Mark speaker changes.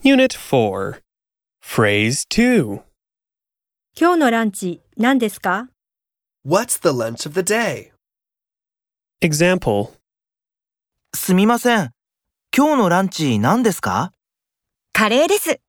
Speaker 1: Unit 4. Phrase 2.
Speaker 2: 今日のランチ何ですか
Speaker 3: What's the lunch of the day?
Speaker 1: Example.
Speaker 4: すみません。今日のランチ何ですか
Speaker 5: カレーです。